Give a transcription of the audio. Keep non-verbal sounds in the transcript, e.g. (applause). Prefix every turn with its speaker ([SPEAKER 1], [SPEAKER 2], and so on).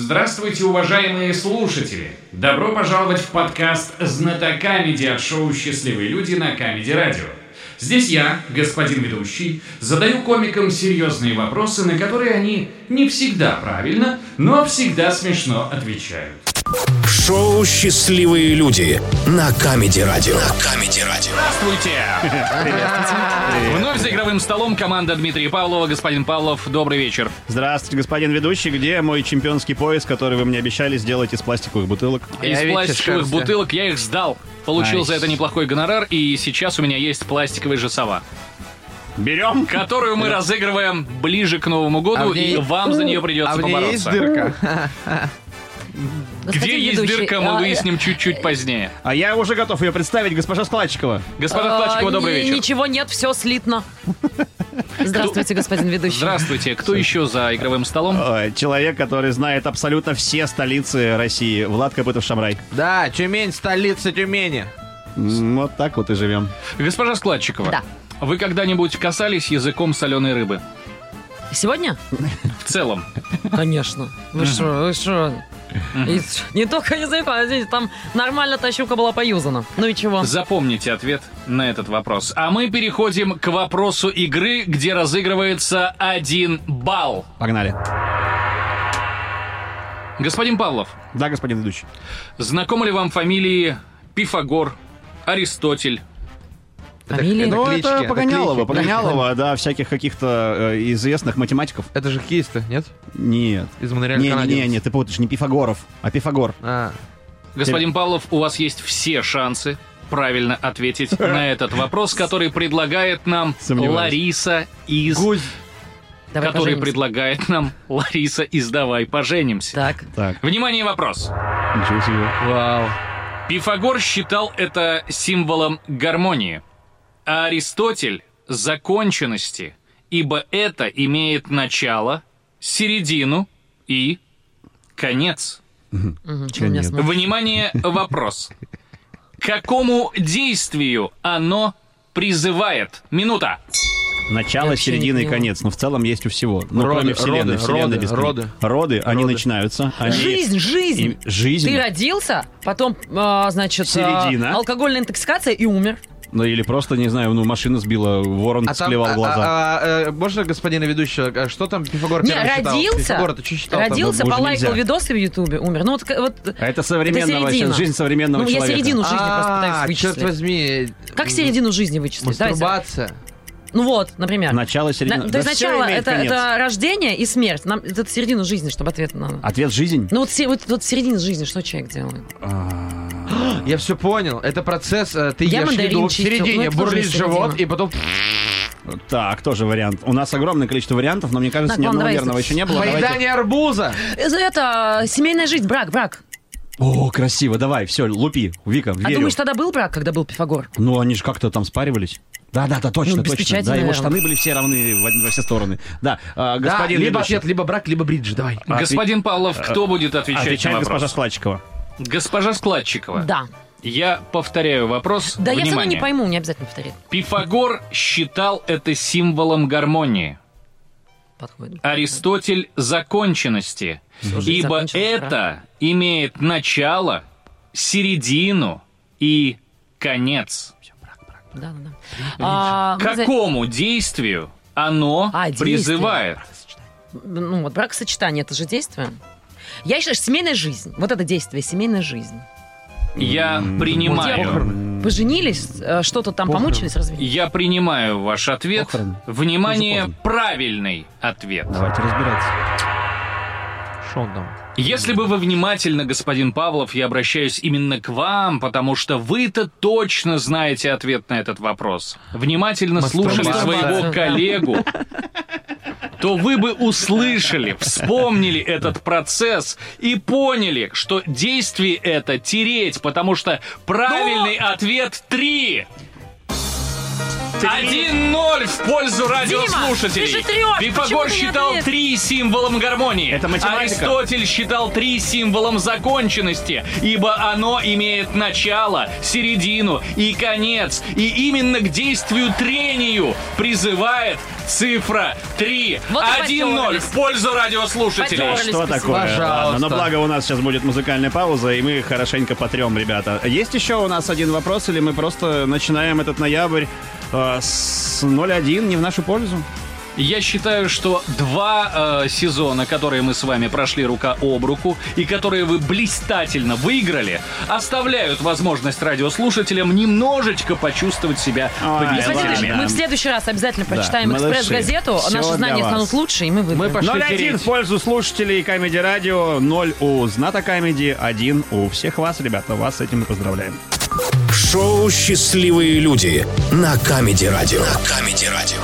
[SPEAKER 1] Здравствуйте, уважаемые слушатели! Добро пожаловать в подкаст «Знатока комедии» от шоу «Счастливые люди» на Камеди Радио. Здесь я, господин ведущий, задаю комикам серьезные вопросы, на которые они не всегда правильно, но всегда смешно отвечают.
[SPEAKER 2] Шоу «Счастливые люди» на Камеди Радио. На Камеди Радио.
[SPEAKER 3] Здравствуйте! Вновь за игровым столом команда Дмитрия Павлова. Господин Павлов, добрый вечер.
[SPEAKER 4] Здравствуйте, господин ведущий. Где мой чемпионский пояс, который вы мне обещали сделать из пластиковых бутылок?
[SPEAKER 3] Из
[SPEAKER 5] вечер,
[SPEAKER 3] пластиковых
[SPEAKER 5] кажется.
[SPEAKER 3] бутылок я их сдал. Получил за это неплохой гонорар, и сейчас у меня есть пластиковый же сова,
[SPEAKER 4] (laughs) Берем?
[SPEAKER 3] которую мы разыгрываем ближе к Новому году,
[SPEAKER 5] А в ней-
[SPEAKER 3] и вам за нее
[SPEAKER 5] А
[SPEAKER 3] придется
[SPEAKER 5] в ней есть
[SPEAKER 3] побороться.
[SPEAKER 5] дырка?
[SPEAKER 3] Где
[SPEAKER 6] Господин
[SPEAKER 3] есть
[SPEAKER 6] ведущий,
[SPEAKER 3] дырка,
[SPEAKER 6] а,
[SPEAKER 3] мы выясним чуть-чуть позднее.
[SPEAKER 4] А я уже готов ее представить, госпожа Складчикова.
[SPEAKER 3] Госпожа
[SPEAKER 6] а,
[SPEAKER 3] Плачкова, добрый
[SPEAKER 6] ни-
[SPEAKER 3] вечер.
[SPEAKER 6] Ничего нет, все слитно. Здравствуйте, господин ведущий.
[SPEAKER 3] Здравствуйте, кто еще за игровым столом?
[SPEAKER 4] Э, Человек, который знает абсолютно все столицы России. Влад Копытов-Шамрай.
[SPEAKER 5] Да, Тюмень, столица Тюмени.
[SPEAKER 4] М, Вот так вот и живем.
[SPEAKER 3] Госпожа Складчикова,
[SPEAKER 6] Да.
[SPEAKER 3] вы когда-нибудь касались языком соленой рыбы?
[SPEAKER 6] Сегодня?
[SPEAKER 3] В целом.
[SPEAKER 6] Конечно. Вы что, вы что? И с- Не только язык, а здесь там нормально та щука была поюзана. Ну и чего?
[SPEAKER 3] Запомните ответ на этот вопрос. А мы переходим к вопросу игры, где разыгрывается один балл.
[SPEAKER 4] Погнали.
[SPEAKER 3] Господин Павлов,
[SPEAKER 4] Да, господин ведущий.
[SPEAKER 3] знакомы ли вам фамилии Пифагор, Аристотель?
[SPEAKER 6] Фамилия?
[SPEAKER 4] Ну, это
[SPEAKER 5] клички,
[SPEAKER 4] Погонялова,
[SPEAKER 5] клички.
[SPEAKER 4] Погонялова, да, всяких каких-то э, известных математиков.
[SPEAKER 5] Это же хоккеисты, нет?
[SPEAKER 4] Нет.
[SPEAKER 5] Из
[SPEAKER 4] Не,
[SPEAKER 5] Монреаля
[SPEAKER 4] не, не, не, ты путаешь, не Пифагоров, а Пифагор.
[SPEAKER 5] А,
[SPEAKER 3] Господин Павлов, у вас есть все шансы правильно ответить на этот вопрос, который предлагает нам
[SPEAKER 4] Сомневаюсь.
[SPEAKER 3] Лариса из...
[SPEAKER 6] Давай
[SPEAKER 3] который
[SPEAKER 6] поженимся.
[SPEAKER 3] предлагает нам Лариса из «Давай поженимся».
[SPEAKER 6] Так.
[SPEAKER 4] Так,
[SPEAKER 3] Внимание, вопрос.
[SPEAKER 4] ничего себе.
[SPEAKER 3] Вау. Пифагор считал это символом гармонии, а Аристотель – законченности, ибо это имеет начало, середину и конец.
[SPEAKER 6] Мгм, чего мне
[SPEAKER 4] Нет.
[SPEAKER 6] сна-
[SPEAKER 3] Внимание, вопрос. К Какому действию оно призывает? Минута.
[SPEAKER 4] Начало,
[SPEAKER 6] вообще не
[SPEAKER 4] середина и
[SPEAKER 6] понимаю.
[SPEAKER 4] конец. Но в целом есть у всего. Ну,
[SPEAKER 5] Роды,
[SPEAKER 4] кроме вселенной.
[SPEAKER 5] роды,
[SPEAKER 4] вселенная
[SPEAKER 5] роды,
[SPEAKER 4] бесконечна.
[SPEAKER 5] роды.
[SPEAKER 4] Роды, они
[SPEAKER 5] Роды.
[SPEAKER 4] начинаются. Они...
[SPEAKER 6] Жизнь,
[SPEAKER 4] им-
[SPEAKER 6] жизнь.
[SPEAKER 4] Жизнь.
[SPEAKER 6] Ты родился, потом, а, значит, а,
[SPEAKER 4] Середина.
[SPEAKER 6] алкогольная интоксикация и умер.
[SPEAKER 4] Ну, или просто, не знаю, ну, машина сбила, ворон
[SPEAKER 5] а там,
[SPEAKER 4] склевал
[SPEAKER 5] а-
[SPEAKER 4] глаза.
[SPEAKER 5] а- а, э, можно господина ведущего, а что там Пифагор
[SPEAKER 6] Не,
[SPEAKER 5] первым считал?
[SPEAKER 6] родился,
[SPEAKER 5] Пифагор, ты что считал там?
[SPEAKER 6] родился,
[SPEAKER 4] Ну, боже,
[SPEAKER 6] полайкал
[SPEAKER 4] нельзя.
[SPEAKER 6] видосы в Ютубе, умер. Ну вот, к- вот
[SPEAKER 4] А Это современного, сейчас,
[SPEAKER 6] середина.
[SPEAKER 4] жизнь современного
[SPEAKER 6] ну,
[SPEAKER 4] человека.
[SPEAKER 6] я середину жизни просто
[SPEAKER 5] А,
[SPEAKER 6] пытаюсь
[SPEAKER 5] черт
[SPEAKER 6] вычислить.
[SPEAKER 5] возьми.
[SPEAKER 6] Как середину жизни вычислить? Давайте.
[SPEAKER 5] Мастурбация.
[SPEAKER 6] Ну вот, например.
[SPEAKER 4] Начало,
[SPEAKER 6] На-
[SPEAKER 4] середина.
[SPEAKER 6] то
[SPEAKER 4] Да
[SPEAKER 6] есть
[SPEAKER 4] всё
[SPEAKER 6] сначала
[SPEAKER 4] имеет
[SPEAKER 6] это,
[SPEAKER 4] конец.
[SPEAKER 6] это рождение и смерть. Нам это середину жизни, чтобы ответ надо.
[SPEAKER 4] Ответ жизнь.
[SPEAKER 6] Ну вот, се- вот, вот середина жизни, что человек делает?
[SPEAKER 5] Я все понял. Это процесс, э, ты
[SPEAKER 6] Я
[SPEAKER 5] ешь
[SPEAKER 6] мандарин
[SPEAKER 5] еду, в
[SPEAKER 6] чистил. Ну,
[SPEAKER 5] середине
[SPEAKER 6] это тоже
[SPEAKER 5] бурлит
[SPEAKER 6] не середина.
[SPEAKER 5] живот, и потом...
[SPEAKER 4] Так, тоже вариант. У нас огромное количество вариантов, но мне кажется,
[SPEAKER 6] Так,
[SPEAKER 4] ни
[SPEAKER 6] ладно,
[SPEAKER 4] одного
[SPEAKER 6] давайте.
[SPEAKER 4] верного еще не было. Давайте.
[SPEAKER 5] Поедание арбуза.
[SPEAKER 6] Это, Э, это семейная жизнь, брак, брак.
[SPEAKER 4] О, красиво, давай, все, лупи. Вика,
[SPEAKER 6] А
[SPEAKER 4] верю.
[SPEAKER 6] думаешь, тогда был брак, когда был Пифагор?
[SPEAKER 4] Ну, они же как-то там спаривались. Да, да, да, точно,
[SPEAKER 6] Ну, без
[SPEAKER 4] точно.
[SPEAKER 6] печати,
[SPEAKER 4] Да, его
[SPEAKER 6] наверное.
[SPEAKER 4] штаны были все равны в один- во все стороны. Да, а,
[SPEAKER 5] Да,
[SPEAKER 4] господин
[SPEAKER 5] либо
[SPEAKER 4] ведущий.
[SPEAKER 5] ответ, либо брак, либо бридж, давай.
[SPEAKER 4] Отве-
[SPEAKER 3] Господин Павлов, кто будет отвечать
[SPEAKER 4] Отвечает
[SPEAKER 3] на вопрос?
[SPEAKER 4] госпожа Складчикова.
[SPEAKER 3] Госпожа Складчикова.
[SPEAKER 6] Да.
[SPEAKER 3] Я повторяю вопрос.
[SPEAKER 6] Да, я сама
[SPEAKER 3] Внимание.
[SPEAKER 6] не пойму, не обязательно повторять.
[SPEAKER 3] Пифагор считал это символом гармонии.
[SPEAKER 6] Подходит.
[SPEAKER 3] Аристотель – законченности.
[SPEAKER 6] Слушай,
[SPEAKER 3] Ибо
[SPEAKER 6] законченность,
[SPEAKER 3] это имеет начало, середину и конец.
[SPEAKER 6] Да, да, да. А,
[SPEAKER 3] К
[SPEAKER 6] мы за-
[SPEAKER 3] какому действию оно
[SPEAKER 6] А, действие.
[SPEAKER 3] призывает?
[SPEAKER 6] Ну вот бракосочетание, это же действие. Я считаю, что семейная жизнь. Вот это действие, семейная жизнь.
[SPEAKER 3] Я принимаю.
[SPEAKER 6] Поженились, э, что-то там помучились, разве?
[SPEAKER 3] Я принимаю ваш ответ.
[SPEAKER 4] Похороны.
[SPEAKER 3] Внимание,
[SPEAKER 4] Уже поздно.
[SPEAKER 3] правильный ответ.
[SPEAKER 4] Давайте разбираться.
[SPEAKER 5] Что он там?
[SPEAKER 3] Если бы вы внимательно, господин Павлов, я обращаюсь именно к вам, потому что вы-то точно знаете ответ на этот вопрос. Внимательно слушали
[SPEAKER 5] Мастурбация.
[SPEAKER 3] своего
[SPEAKER 6] Да.
[SPEAKER 3] коллегу, то вы бы услышали, вспомнили этот процесс и поняли, что действие это тереть, потому что правильный ответ три.
[SPEAKER 4] Три.
[SPEAKER 3] 1-0 в пользу
[SPEAKER 6] ты
[SPEAKER 3] радиослушателей.
[SPEAKER 6] же трёшь, почему
[SPEAKER 3] Пифагор
[SPEAKER 6] ты не
[SPEAKER 3] считал
[SPEAKER 6] ответил?
[SPEAKER 3] три символом гармонии.
[SPEAKER 4] Это математика.
[SPEAKER 3] Аристотель считал три символом законченности, ибо оно имеет начало, середину и конец. И именно к действию трению призывает цифра 3.
[SPEAKER 6] Вот и
[SPEAKER 3] 1-0
[SPEAKER 6] потёрлись.
[SPEAKER 3] в пользу радиослушателей.
[SPEAKER 6] Потёрлись.
[SPEAKER 4] Что
[SPEAKER 6] Спасибо.
[SPEAKER 4] такое?
[SPEAKER 5] Пожалуйста.
[SPEAKER 4] Ладно, но благо у нас сейчас будет музыкальная пауза, и мы хорошенько потрем, ребята. Есть еще у нас один вопрос, или мы просто начинаем этот ноябрь э, с 0-1, не в нашу пользу?
[SPEAKER 3] Я считаю, что два э, сезона, которые мы с вами прошли рука об руку и которые вы блистательно выиграли, оставляют возможность радиослушателям немножечко почувствовать себя
[SPEAKER 4] Ой,
[SPEAKER 6] Господин
[SPEAKER 4] ладно.
[SPEAKER 6] Ильич,
[SPEAKER 3] победителями.
[SPEAKER 6] мы в следующий раз обязательно прочитаем
[SPEAKER 4] молодцы.
[SPEAKER 6] экспресс-газету.
[SPEAKER 4] Всё
[SPEAKER 6] Наши
[SPEAKER 4] для
[SPEAKER 6] знания
[SPEAKER 4] вас.
[SPEAKER 6] станут лучше, и мы
[SPEAKER 5] Мы
[SPEAKER 6] выиграем.
[SPEAKER 5] пошли
[SPEAKER 4] 0-1
[SPEAKER 5] тереть.
[SPEAKER 4] в пользу слушателей Камеди Радио, 0 у Зната Камеди, 1 у всех вас, ребята. Вас с этим и поздравляем.
[SPEAKER 2] Шоу «Счастливые люди» на Камеди Радио. На Камеди Радио.